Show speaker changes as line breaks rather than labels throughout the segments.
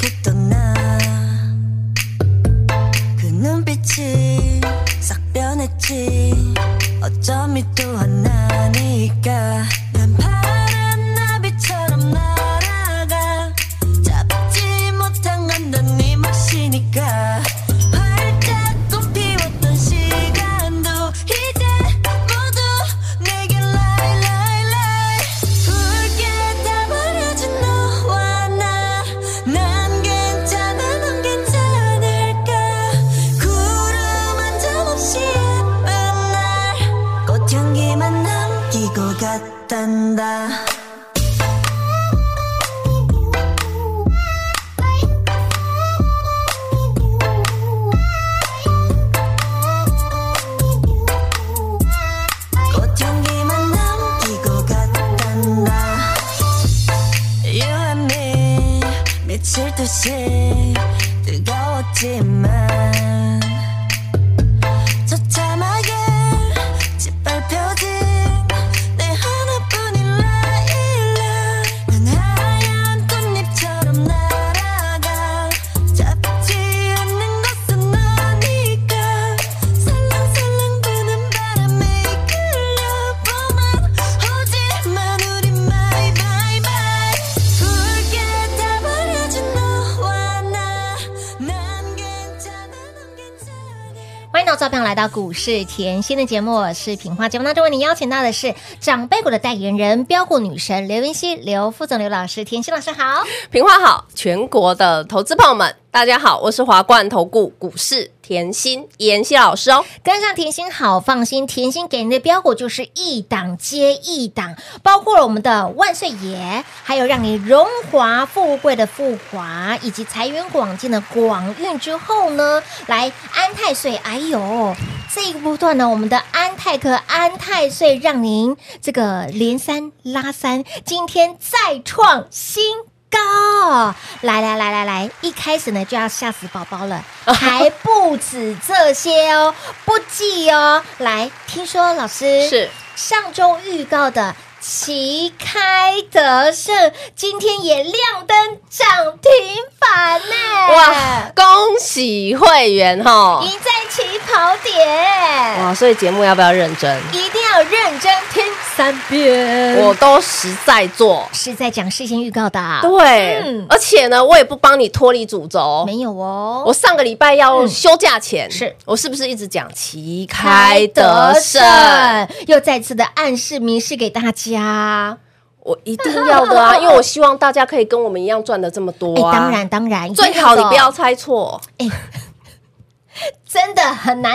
했던 나그 눈빛이 싹 변했지 어쩜 이 또한 나니까 난 파란 나비처럼 날아가 잡지 못한 건단 네 몫이니까 활짝 피웠던 시간도 이제 모두 내게 라이 라이 라이 붉게 타버려진 너와 나 난 괜찮아 넌 괜찮을까 구름 한 점 없이 예쁜 날 꽃향기만 남기고 갔단다 꽃향기만 남기고 갔단다 You and me 미칠 듯이 뜨거웠지만 처참하게 짓밟혀진 내 하나뿐인 라일라 난 하얀 꽃잎처럼 날아가 잡지 않는 것은 아니까 살랑살랑 부는 바람에 끌려보만 오지만 우린 바이 바이 바이 붉게 타버려진 너와 나난 괜찮아 넌 괜찮아
欢迎到照片来到股市甜心的节目，我是品花。节目当中为您邀请到的是长辈股的代言人标股女神刘云熙、刘副总、刘老师。甜心老师好，
平花好，全国的投资朋友们，大家好，我是华冠投顾股市甜心妍希老师哦。
跟上甜心好放心，甜心给您的标股就是一档接一档，包括了我们的万岁爷，还有让你荣华富贵的富华，以及财源广进的广运之后呢，来安泰岁，哎呦，这一个波段呢，我们的安泰克安泰岁让您这个连三拉三，今天再创新。高！来来来来来，一开始呢就要吓死宝宝 了，还不止这些哦，不计哦。来，听说老师
是
上周预告的旗开得胜，今天也亮灯涨停板呢！
哇，，恭喜会员哈！
赢在起跑点，
哇，所以节目要不要认真？
一定要认真听三遍。
我都实在做，
是在讲事先预告的、啊，
对，
嗯
而且呢，我也不帮你脱离主轴。
没有哦。
我上个礼拜要
嗯
休假前，
是
我是不是一直讲旗开得胜？，
又再次的暗示、明示给大家。
我一定要的啊，因为我希望大家可以跟我们一样赚的这么多
哎、
啊。
当然，当然，
最好你不要猜错，
真的很难，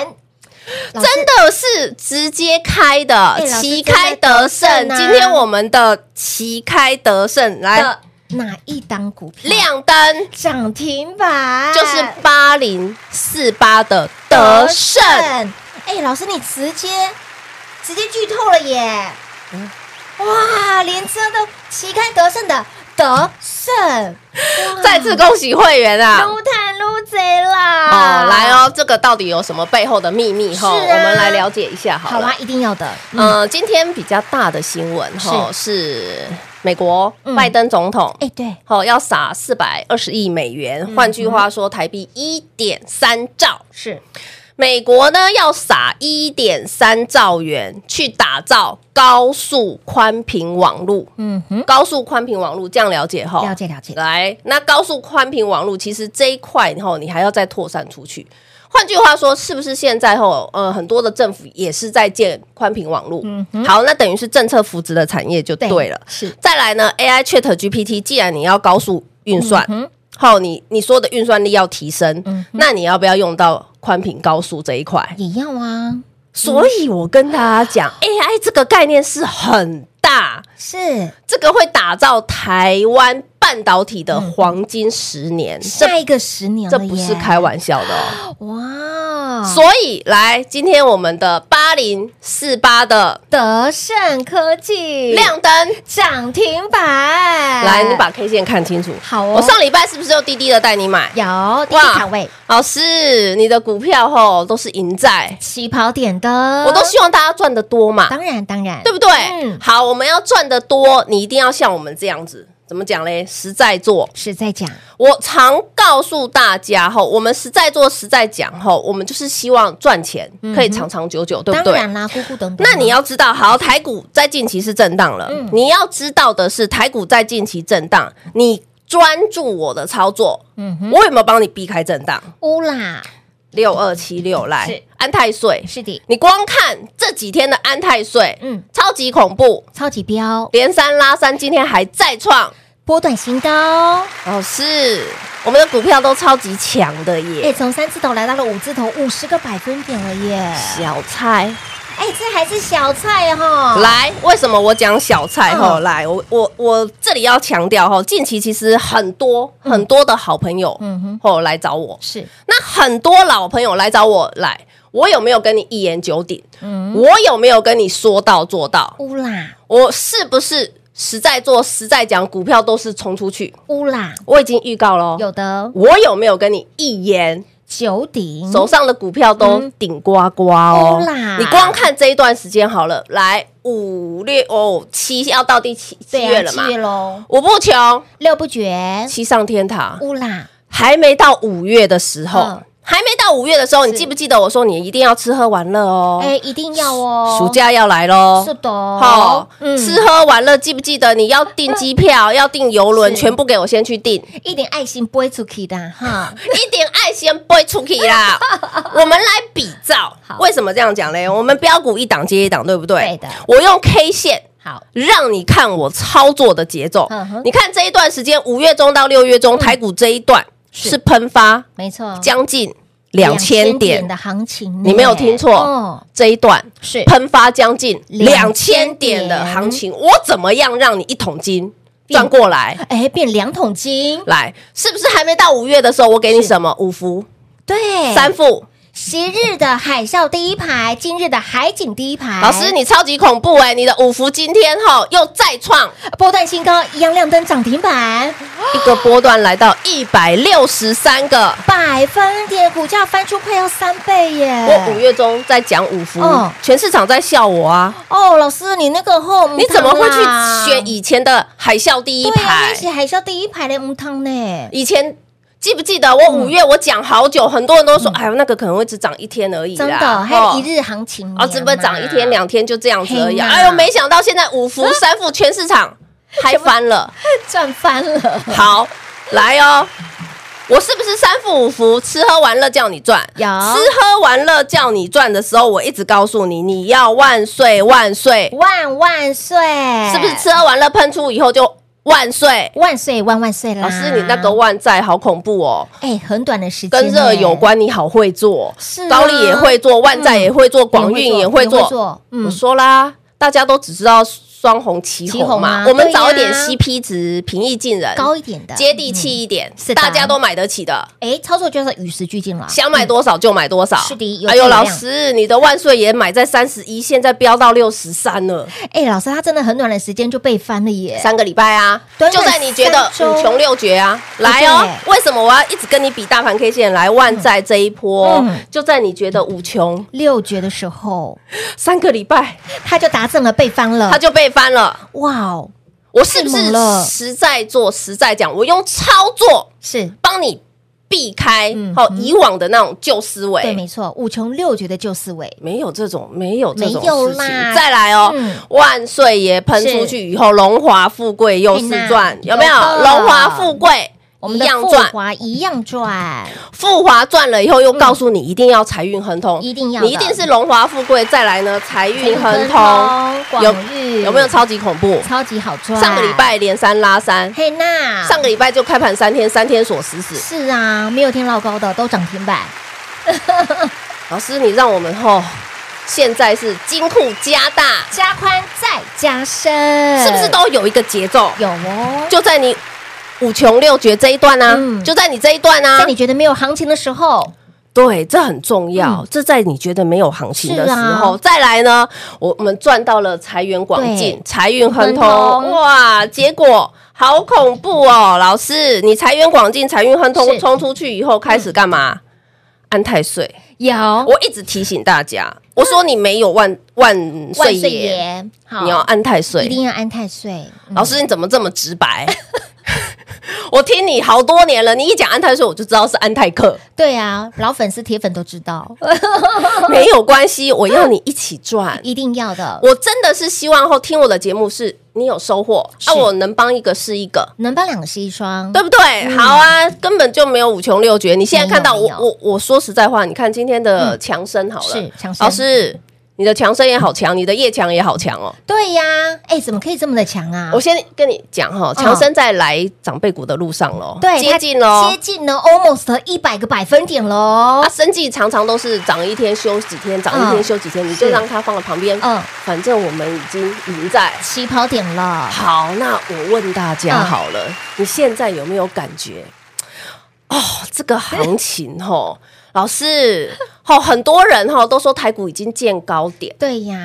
真
真的是直接开的
哦哎老师
旗开得
真
胜。
的
今天我们的旗开得胜来
啊的哪一档股票
亮灯，
涨停板
就是八零四八的得胜。
哎、老师，你直接直接剧透了耶！
嗯
哇，连这都旗开得胜的得胜，
再次恭喜会员啊！
撸探撸贼啦！
哦，来，哦，这个到底有什么背后的秘密哈？
是啊
我们来了解一下好
好
了。
啊，一定要的。嗯，
呃，今天比较大的新闻哈是美国
嗯
拜登总统
哎、对，
好、要撒四百二十亿美元，
嗯
换句话说，台币一点三兆。
是
美国呢要撒一点三兆元去打造高速宽频网络。
嗯哼，
高速宽频网络这样哦了解哈？
了解了解
来，那高速宽频网络其实这一块哈，你还要再拓散出去。换句话说，是不是现在吼呃很多的政府也是在建宽频网络？
嗯
好，那等于是政策扶植的产业就对了。
是
再来呢，AI Chat GPT，既然你要高速运算，
嗯
好、你你说的运算力要提升，
嗯
那你要不要用到宽频高速这一块？
也要啊，
所以我跟大家讲、a
嗯
i 这个概念是很大，
是
这个会打造台湾半导体的黄金十年，这
嗯下一个十年
这
了
不
耶
是开玩笑的哦。
哇！
所以来，今天我们的八零四八的
德胜科技
亮灯，
涨停板，来
来，你把 K 线看清楚。
哎好哦
我上礼拜是不是又滴滴的带你买？
有第一卡位
老师，你的股票吼都是赢在，
起跑点的，
我都希望大家赚得多嘛，
呃当然当然，
对不对？
嗯
好，我们要赚得多，你一定要像我们这样子，怎么讲嘞？实在做。
是在讲
我常告诉大家吼，我们实在做实在讲吼，我们就是希望赚钱可以长长久久，对
嗯
不
当
对？
然啦，姑姑等等，
那你要知道，好，台股在近期是震荡了。
嗯
你要知道的是，台股在近期震荡，你专注我的操作，
嗯哼，
我有没有帮你避开震荡？
乌啦，
六二七六
是
来，安泰税，
是的，
你光看这几天的安泰税，
嗯，
超级恐怖，
超级标
连三拉三，今天还再创。
波段新高，
老师，我们的股票都超级强的
哎，
耶，
从三字头来到了五字头，五十个百分点了耶！
小菜。
哎，这还是小菜哈，，
哦来，为什么我讲小菜吼？
嗯
来，我我我这里要强调吼，近期其实很多很多的好朋友，
嗯哼，
吼来找我，
是，
那很多老朋友来找我来，我有没有跟你一言九鼎？
嗯，
我有没有跟你说到做到？
乌啦
我是不是实在做实在讲，股票都是冲出去？
乌啦，
我已经预告喽。
有的
我有没有跟你一言？
九鼎
手上的股票都
嗯
顶呱呱
哦
哦
啦！
你光看这一段时间好了，来五六哦七要到第七七
对
月
啊，
了
七
嘛？
月喽，
五不穷，
六不绝，
七上天堂，
乌啦，
还没到五月的时候，
嗯
还没到五月的时候，你
是
记不记得我说你一定要吃喝玩乐哦？
哎，一定要哦，
暑假要来喽，
是的，
好，
嗯，
吃喝玩乐记不记得？你要订机 票，要订游轮，
是
全部给我先 去订，
一点爱心不会出去的哈，
一点爱先不会出去 啦。我们来比照
好，
为什么这样讲嘞？我们标股一档接一档，对不对？
对的
我用 K 线。
好，
让你看我操作的节奏
嗯哼，嗯
你看这一段时间，五月中到六月中，台股这一段
是哦
是喷发
没错，
将近两千点，
的行情呢，
你没有听错
哦，
这一段
是
喷发将近两
2000
千点的行情，我怎么样让你一桶金赚过来？
哎，变两桶金，
来，是不是还没到五月的时候，我给你什么五福
对，
三副？
昔日的海啸第一排，今日的海景第一排，
老师，你超级恐怖哎、你的五福今天吼又再创
啊波段新高，一样亮灯涨停板，
一个波段，来到一百六十三个。
百分点股价翻出快要三倍耶！
我五月中在讲五福
嗯，
全市场在笑我啊！
哦，老师，你那个后母
你怎么会
汤
去
啊啦
选以前的海啸第一
对啊，那？
排
是海啸第一排的母汤呢？
以前记不记得我
嗯
五月我讲好久，很多人都说，哎呦，那个可能会只涨一天而已啦，
真的，还
哦
有一日行情
哦，只不过涨一天两天就这样子而已。
嘿呐
哎呦，没想到现在五 福三福全市场嗨翻了，
赚翻了，
好来哦。我是不是三副五福吃喝玩乐叫你赚？
有
吃喝玩乐叫你赚的时候，我一直告诉你，你要万岁万岁，
万万岁！
是不是吃喝玩乐喷出以后就万岁？
万岁万万岁啦？
老师，你那
嗯
个万在好恐怖哦，
哎，很短的时间
跟热
哎
有，关，你好会做，
是啊嗯
高丽也会做，万载也会做，广
也
运也会
也
做。我
嗯，
说啦，大家都只知道双红旗
旗
红
红
嘛
啊，
我们找一
对呀
点 CP 值，平易近人，
高一点的，
嗯
嗯
接地气一点
是的，
大家都买得起的，
哎，操作就是与时俱进了。
想买多少就买多少。
是的有啊
哎
这
呦，
个量
老师，你的万岁也买在三十一，现在飙到六十三了，
哎，老师，他真的很短的时间就被翻了耶！
三个礼拜啊，
短
就
短
在你觉得
三周
五穷六绝啊，来哦！为什么我要一直跟你比大盘 K 线？来，万在这一波
嗯，
就在你觉得五穷
六绝的时候，
三个礼拜，
他就达成了被翻了，
它就被翻了。
哇哦，
我是不
太猛
是
了
实在做实在讲？我用操作
是
帮你避开
嗯
哦
嗯
以往的那种旧思
对，
维，
没错，五穷六绝的旧思维，
没有这种没有这种
没有
事情
啦。
再来哦
嗯，
万岁爷喷出去以后，荣华富贵又是赚，
对呐
有没有？
哎有的
荣华富贵
我
一
们的
样
富
赚，
华一样赚，
富华赚了以后又告诉你一定要财运亨通，
一定要的
你一定是荣华富贵，再来呢财运亨通，
亨
有
哦广域
有没有超级恐怖？
超级好赚？
上个礼拜连三拉三，
嘿娜，
上个礼拜就开盘三天，三天锁死死。
是啊，没有天老高的都涨停板，
老师，你让我们吼、现在是金库加大，
加宽再加深，
是不是都有一个节奏？
有哦？
就在你五穷六绝这一段啊，
嗯
就在你这一段啊，
在你觉得没有行情的时候，
对，这很重要。这在你觉得没有行情的时
嗯
候，
是啊
再来呢，我我们赚到了财源广进
对，
财运亨通，
亨通
哇！结果好恐怖哦，老师，你财源广进，财运亨通
是嗯
冲出去以后，开始干嘛？安太岁。
有
我一直提醒大家，我说你没有万万岁
万岁
爷，
爷，好，
你要啊安太岁
一，定要安太岁。嗯
老师，你怎么这么直白？ 我听你好多年了，你一讲安泰岁，我就知道是安泰 克。
对啊，老粉丝、铁粉都知 道，
没有关系，我要你一起 赚。
一定要的。
我真的是希望后听我的节目是你有收获，
是嗯
啊，我能帮一个是一个。
能帮两个是一双，
对不对？好啊，根本就没有五穷六绝。你现在看到
没
我
有没，有
我我说实在话，你看今天的
嗯
强生好了，
是强生
老师，你的强生也好强，你的夜强也好强哦。
对呀，哎，怎么可以这么的强啊
我？先跟你讲哈，
嗯
强生在来长辈股的路上喽，
对，
接
它
近哦喽
接。近了，almost 一百个百分点喽
啊，。生计常常都是涨一天休几天，涨一天
嗯
休几天，你就是让它放在旁边。
嗯
反正我们已经赢在
起跑点了，
好，那我问大家
嗯
好了，你现在有没有感觉？哦，这个行情吼， 老师，吼，很多人吼都说台股已经见高点，
对呀，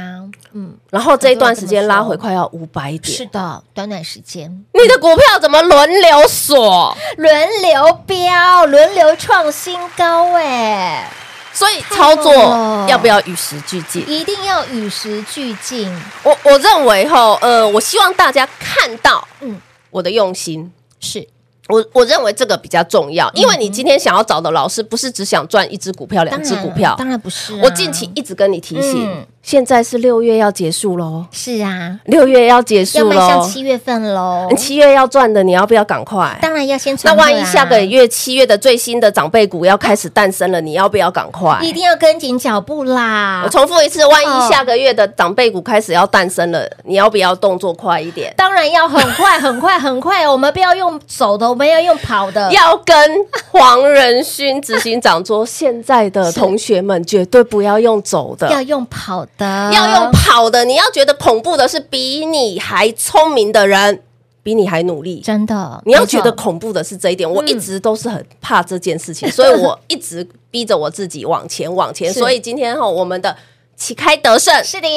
嗯，
然后这一段时间
很多人这么
拉
说
回快要五百
是
点，
的，短短时间
你的股票怎么轮流锁？
轮流飙，轮流创新高，哎，
所以操作
了
要不要与时俱进？
一定要与时俱进，
我我认为吼，呃，我希望大家看到
嗯，
我的用心。
是嗯
我我认为这个比较重要，因为你今天想要找的老师，不是只想赚一只股票、两只股票，
当然不是啊，
我近期一直跟你提醒，
嗯
现在是六月要结束喽，
是啊，
六月要结
要
束
迈向
喽，
七月份喽
你，七月要赚的，你要不要赶快？
当然要先
那
存
万
着
一
啊
下个月七月的最新的长辈股要开始诞生了，你要不要赶快？
一定要跟紧脚步啦
我，重复一次，万一下个月的长辈股开始要诞生了，你要不要动作快一点？
当然要很快，很快，很快，哦 我们不要用走的，我们要用跑的，
要跟黄仁勋执行长说，现在的同学们绝对不要用走的，
要用跑的，
要用跑的，你要觉得恐怖的是比你还聪明的人，比你还努力。
真的，嗯
你要
没错
觉得恐怖的是这一点，我一直都是很怕这件事情，所以 我一直逼着我自己往前往前。
是
所以今天哈，我们的旗开得胜，
是的，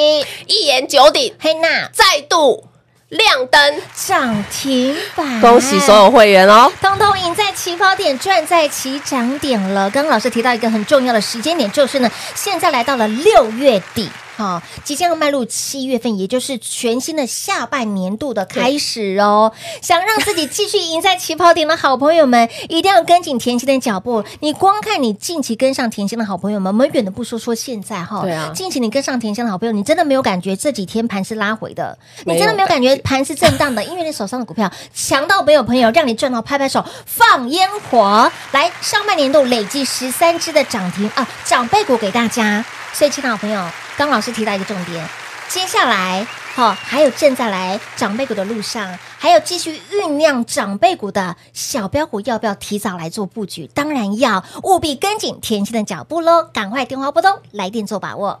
一言九鼎，
黑娜
再度亮灯，
涨停板，
嗯恭喜所。有会员哦！
通通赢在起跑点，赚在起涨点了。刚刚老师提到一个很重要的时间点，就是呢，现在来到了六月底。好、即将要迈入七月份，也就是全新的下半年度的开始哦。想让自己继续赢在起跑点的好朋友们，一定要跟紧甜心的脚步。你光看你近期跟上甜心的好朋友们，我们远的不说，说现在哈、
对啊
近期你跟上甜心的好朋友，你真的没有感觉这几天盘是拉回的，你真的
没
没
有
有感觉盘是震荡的，因为你手上的股票 强到没有朋友，让你赚到拍拍手，放烟火。来，上半年度累计十三只的涨停啊，长辈股给大家。所以，亲爱的朋友，刚老师提到一个重点，接下来。好、还有正在来长辈股的路上，还有继续酝酿长辈股的小标股，要不要提早来做布局？当然要，务必跟紧甜心的脚步喽！赶快电话拨通，来电做把握。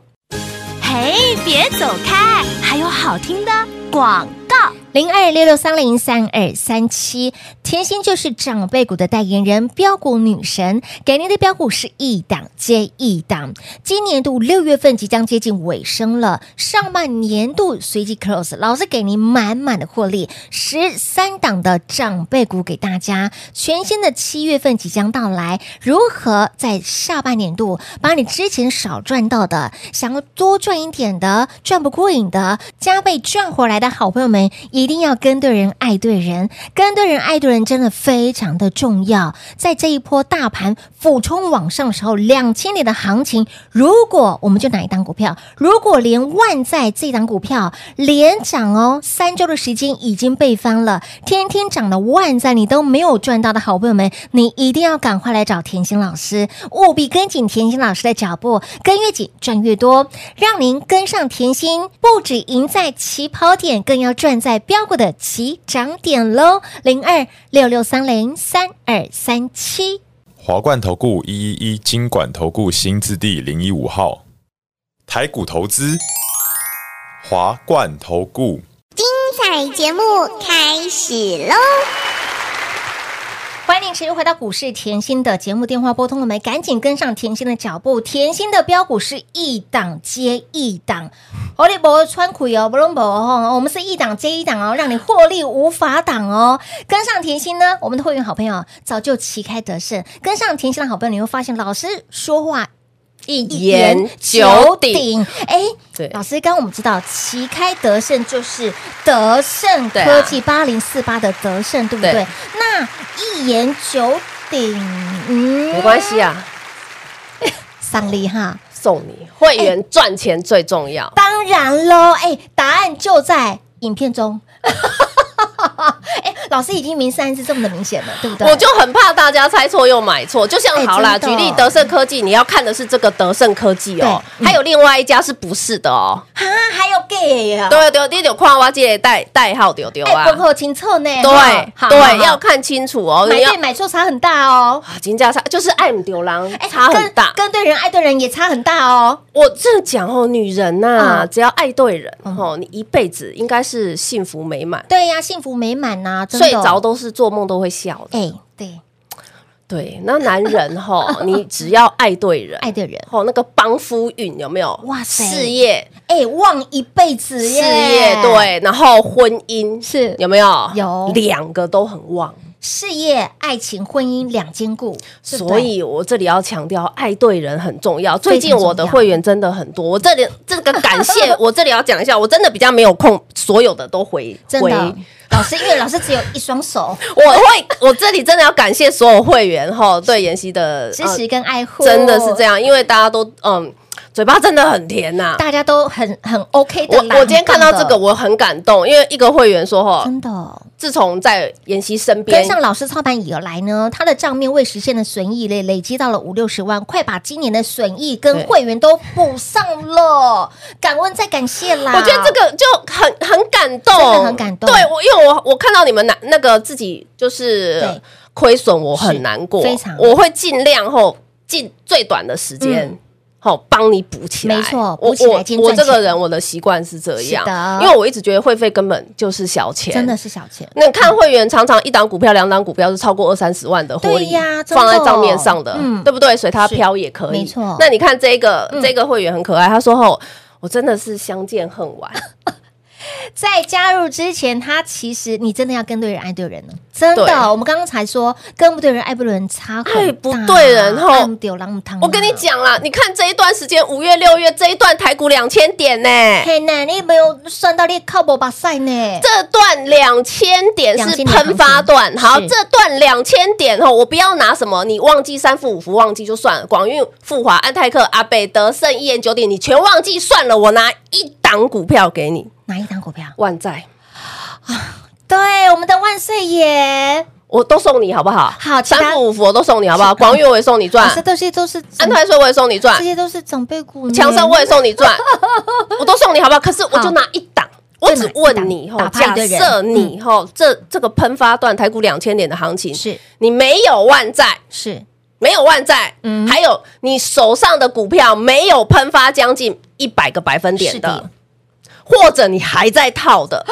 嘿，别走开，还有好听的广告。
零二六六三零三二三七，甜心就是长辈股的代言人，标股女神，给您的标股是一档接一档。今年度六月份即将接近尾声了，上半年度随即 close，老师给您满满的获利，十三档的长辈股给大家。全新的七月份即将到来，如何在下半年度把你之前少赚到的，想要多赚一点的，赚不过瘾的，加倍赚回来的好朋友们，一定要跟对人，爱对人，跟对人，爱对人真的非常的重要。在这一波大盘俯冲往上的时候，两千点的行情，如果我们就拿一档股票，如果连万载这档股票连涨哦，三周的时间已经被翻了，天天涨的万载你都没有赚到的好朋友们，你一定要赶快来找甜心老师，务必跟紧甜心老师的脚步，跟越紧赚越多，让您跟上甜心，不止赢在起跑点，更要赚在标股的起涨点喽！零二六六三零三二三七。
华冠投顾一一一金管投顾新字第零一五号，台股投资，华冠投顾。
精彩节目开始喽！
欢迎您持续回到股市甜心的节目，电话拨通了没？赶紧跟上甜心的脚步。甜心的标股是一档接一档，好利博川苦油不隆博哦，我们是一档接一档哦，让你获利无法挡哦。跟上甜心呢，我们的会员好朋友早就旗开得胜，跟上甜心的好朋友，你会发现老师说话
一
一
言
言九
九鼎。
鼎。哎，
对
老师，刚刚我们知道旗开得胜就是德胜
对啊
科技八零四八的德胜，对不对？
对
那一言九鼎，嗯
没关，系啊，
上力哈。
送你会员赚钱最重要。
当然喽，哎，答案就在影片中。 哎，老师已经明三是这么的明显了，对不对？
我就很怕大家猜错又买错，就像
哎
好啦，
真
举
的
例德胜科技，你要看的是这个德胜科技哦，
对嗯
还有另外一家是不是的哦？
哈，还有 gay 呀、
对对，你有看我这个代代号丢丢啊
哎，，不够清楚呢。
对
哈
对，要看清楚哦，
买
你要
对买错差很大哦。
啊金价差就是爱唔丢狼
哎，
差很大。
跟，跟对人爱对人也差很大哦。
我这讲哦，女人呐，
嗯
只要爱对人哦，你一辈子应该是幸福美满，
对呀、幸福美满呐、真的哦
睡着都是做梦都会笑的。
哎、对，
对，那男人哈， 你只要爱对人，
爱的人，
哦，那个帮夫运有没有？
哇塞
事业、
哎、忘一辈子
事
耶，
业，对，然后婚姻
是
有没有？
有
两个都很旺，
事业、爱情、婚姻两兼顾，对不对
所以我这里要强调，爱对人很重要。
非常
最近我的
重要
会员真的很多，我这里这个 感谢，我这里要讲一下，我真的比较没有空，所有的都回
真
回。
的，老师因为老师只有一双 手，
我会，我这里真的要感谢所有会员哈，对妍希的
支持、跟爱护、
呃真的是这。样，因为大家都嗯，嘴巴真的很甜呐、
大家都很很 OK 的
我
啦。
我今天看到这
很
个，
棒的，
我很感动，因为一个会员说哈，
真的
自从在妍希身
跟
边，
上老师操盘以来呢，他的账面未实现的损益累累积到了五六十万，快把今年的损益跟
对
会员都补上了，感恩再感谢啦。
我觉得这个就很很感动，
真的很感动
对我，因为我我看到你们那那个自己就是
对
亏损，我很难过，
是非常
我会尽量吼尽最短的时间
嗯。
好，帮你补起来。
没错
我
补起来
我
兼
我
赚
这个
钱
人，我的习惯是这样
是的，
因为我一直觉得会费根本就是小钱，
真的。是小钱。
那你看会员常常一档股票、两档股票是超过二三十万的获
对
利，
呀真的
放在账面上的，
嗯
对不对？随它飘也可以。
是没错嗯
那你看这个、这个会员很可爱，他说：“吼，我真的是相见恨晚。”
嗯在加入之前，他其实你真的要跟对人，爱对人呢。真
对
的，我们刚刚才说跟不对人，爱不对人差很大。
爱不对人吼
爱不对人汤啊
我跟你，讲啦，你看这一段时间，五月、六月这一段台股两千点呢、
嘿呢，你没有算到你靠不把赛呢？
这段两千点
2000
是
点
喷发段，好，
是
这段两千点哦，我不要拿什么，你忘记三富五福忘记就算了，广运、富华、安泰克、阿贝德胜、一言九鼎，你全忘记算了，我拿一档股票给你，
哪一档股票？
万载，
对，我们的万岁爷，
我都送你好不好？
好其他
三富五福我都送你好不好？广运我也送你赚
老，师都是都是
安啊泰税我也送你赚
这，些都是长辈股呢，
强生我也送你 赚，我都送你好不好？可是我就拿一档。我只问你
打
吼，
趴
假
一个人嗯
设你吼这这个喷发段台股两千点的行情，
是
你没有万债，
是
没有万债，
嗯
还有你手上的股票没有喷发将近一百个百分点
是的
的，或者你还在套的，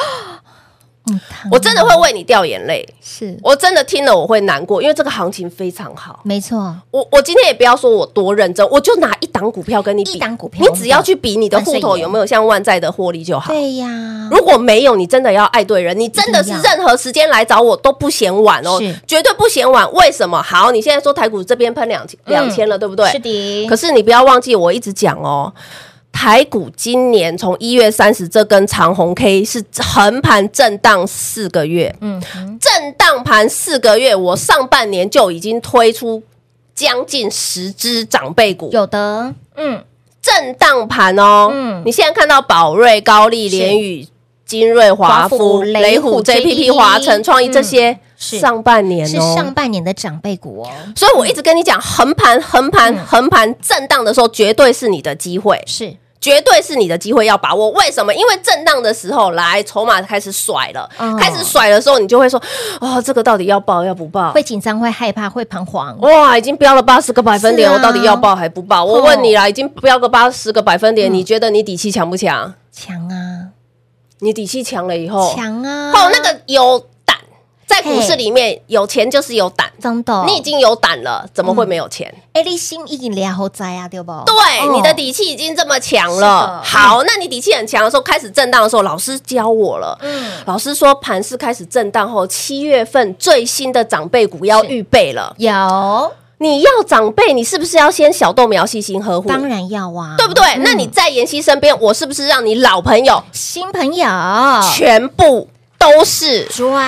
嗯，汤
我真的会为你掉眼泪，
是
我真的听了我会难过，因为这个行情非常好。
没错，
我我今天也不要说我多认真，我就拿一档股票跟你比，
一档股票
你只要去比你的户头有没有像万载的获利就好。
对呀，
如果没有，你真的要爱对人，你真的是
一定要
任何时间来找我都不嫌晚哦
是，
绝对不嫌晚。为什么？好，你现在说台股这边喷两千两千了，对不对？
嗯是的，
可是你不要忘记，我一直讲哦，台股今年从一月三十这根长红 K 是横盘震荡四个月，
嗯
震荡盘四个月，我上半年就已经推出将近十只长辈股，
有的，嗯，
震荡盘哦。
嗯
你现在看到宝瑞、高丽、
是
联宇、金瑞、华
华
孚、
孚雷
雷
虎
虎、
JPP
JPP、华晨、创意
嗯
这些，
是
上半年
是
哦。
上半年的长辈股哦，
所以我一直跟你讲，横盘、横盘、
嗯
横盘震荡的时候，绝对是你的机会。
是
绝对是你的机会要把握。为什么？因为震荡的时候来，筹码开始甩了，
哦
开始甩的时候，你就会说，哦，这个到底要报要不报？
会紧张，会害怕，会彷徨，
哇，已经飙了八十个百分点，
是啊哦
我到底要报还不报？我问你啦，已经飙个八十个百分
嗯
点，你觉得你底气强不强？
强啊，
你底气强了以后，
强啊！
哦哦，那个有胆。在股市里面有钱就是有胆，
真的，
你已经有胆了，怎么会没有钱？
哎，你心意良好在啊，对不？
对，
哦
你的底气已经这么强
是的
了。好，那你底气很强的时候，开始震荡的时候，老师教我了。
嗯
老师说，盘市开始震荡后，七月份最新的长辈股要预备了。
有，
你要长辈，你是不是要先小豆苗细心呵护？
当然要啊，
对不对？那你在妍希身边，我是不是让你老朋友
新朋友
全部都是？
赚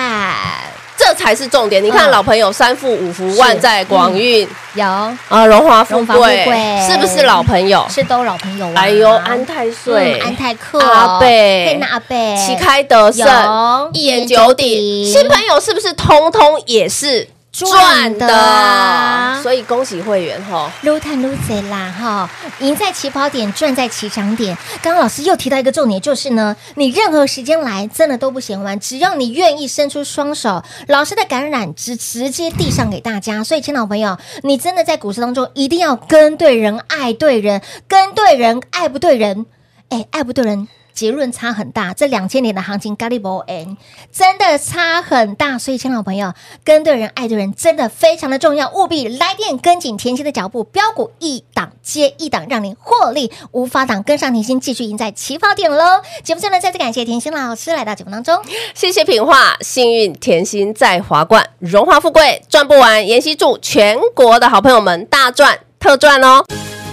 这才是重点。你看，
嗯
老朋友三富五福万载广运
有
啊，荣华
嗯
富
荣华富
贵
贵，
是不是老朋友？
是都老朋友啊，
哎呦，安泰
对
岁，
安泰克
阿贝
佩纳阿贝
旗开得
有
胜，一言九
一言九鼎
鼎。新朋友是不是通通也是
赚
赚
的
的？所以恭喜会员吼，
撸碳撸贼啦哈，赢在起跑点，赚在起涨点。刚刚老师又提到一个重点，就是呢，你任何时间来真的都不嫌晚，只要你愿意伸出双手，老师的感染直直接递上给大家。所以，亲老朋友，你真的在股市当中一定要跟对人，爱对人，跟对人，爱不对人，哎，爱不对人。结论差很大，这两千年的行情 g a l i b o N 真的差很大，所以，亲老朋友，跟对人、爱对人真的非常的重要，务必来电跟紧甜心的脚步，标股一档接一档，让你获利无法挡，跟上甜心，继续赢在起跑点喽！节目最后呢，再次感谢甜心老师来到节目当中，
谢谢品画，幸运甜心在华冠，荣华富贵赚不完。妍希祝全国的好朋友们大赚特赚哦！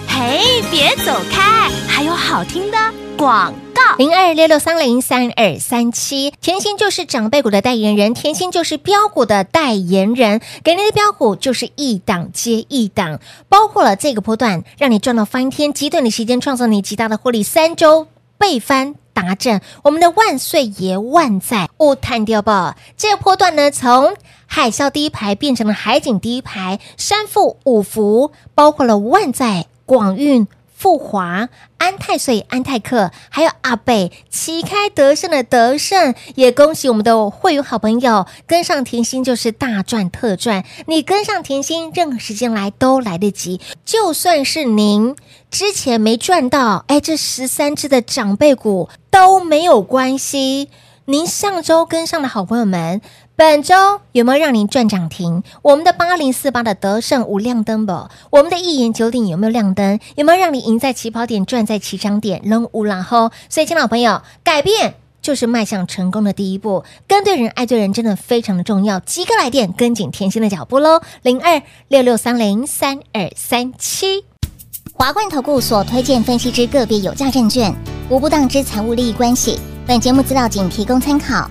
嘿，别走开，还有好听的广告。
零二六六三零三二三七，甜心就是长辈股的代言人，甜心就是标股的代言人，给您的标股就是一档接一档，包括了这个波段，让你赚到翻天，极短的时间创造你极大的获利，三周倍翻。达阵，我们的万岁爷万载勿探掉吧。这个波段呢，从海啸第一排变成了海景第一排，山富五福，包括了万载、广运、富华、安泰岁、安泰克，还有阿贝，旗开得胜的得胜，也恭喜我们的会员好朋友跟上甜心就是大赚特赚。你跟上甜心，任何时间来都来得及。就算是您之前没赚到，哎，这十三只的长辈股都没有关系。您上周跟上的好朋友们，本周有没有让您赚涨停？我们的八零四八的德胜无亮灯不？我们的一言九鼎有没有亮灯？有没有让你赢在起跑点，赚在起涨点，扔无然后？所以，亲老朋友，改变。就是迈向成功的第一步，跟对人、爱对人真的非常的重要。即刻来电，跟紧甜心的脚步喽，零二六六三零三二三七。
华冠投顾所推荐分析之个别有价证券，无不当之财务利益关系。本节目资料仅提供参考，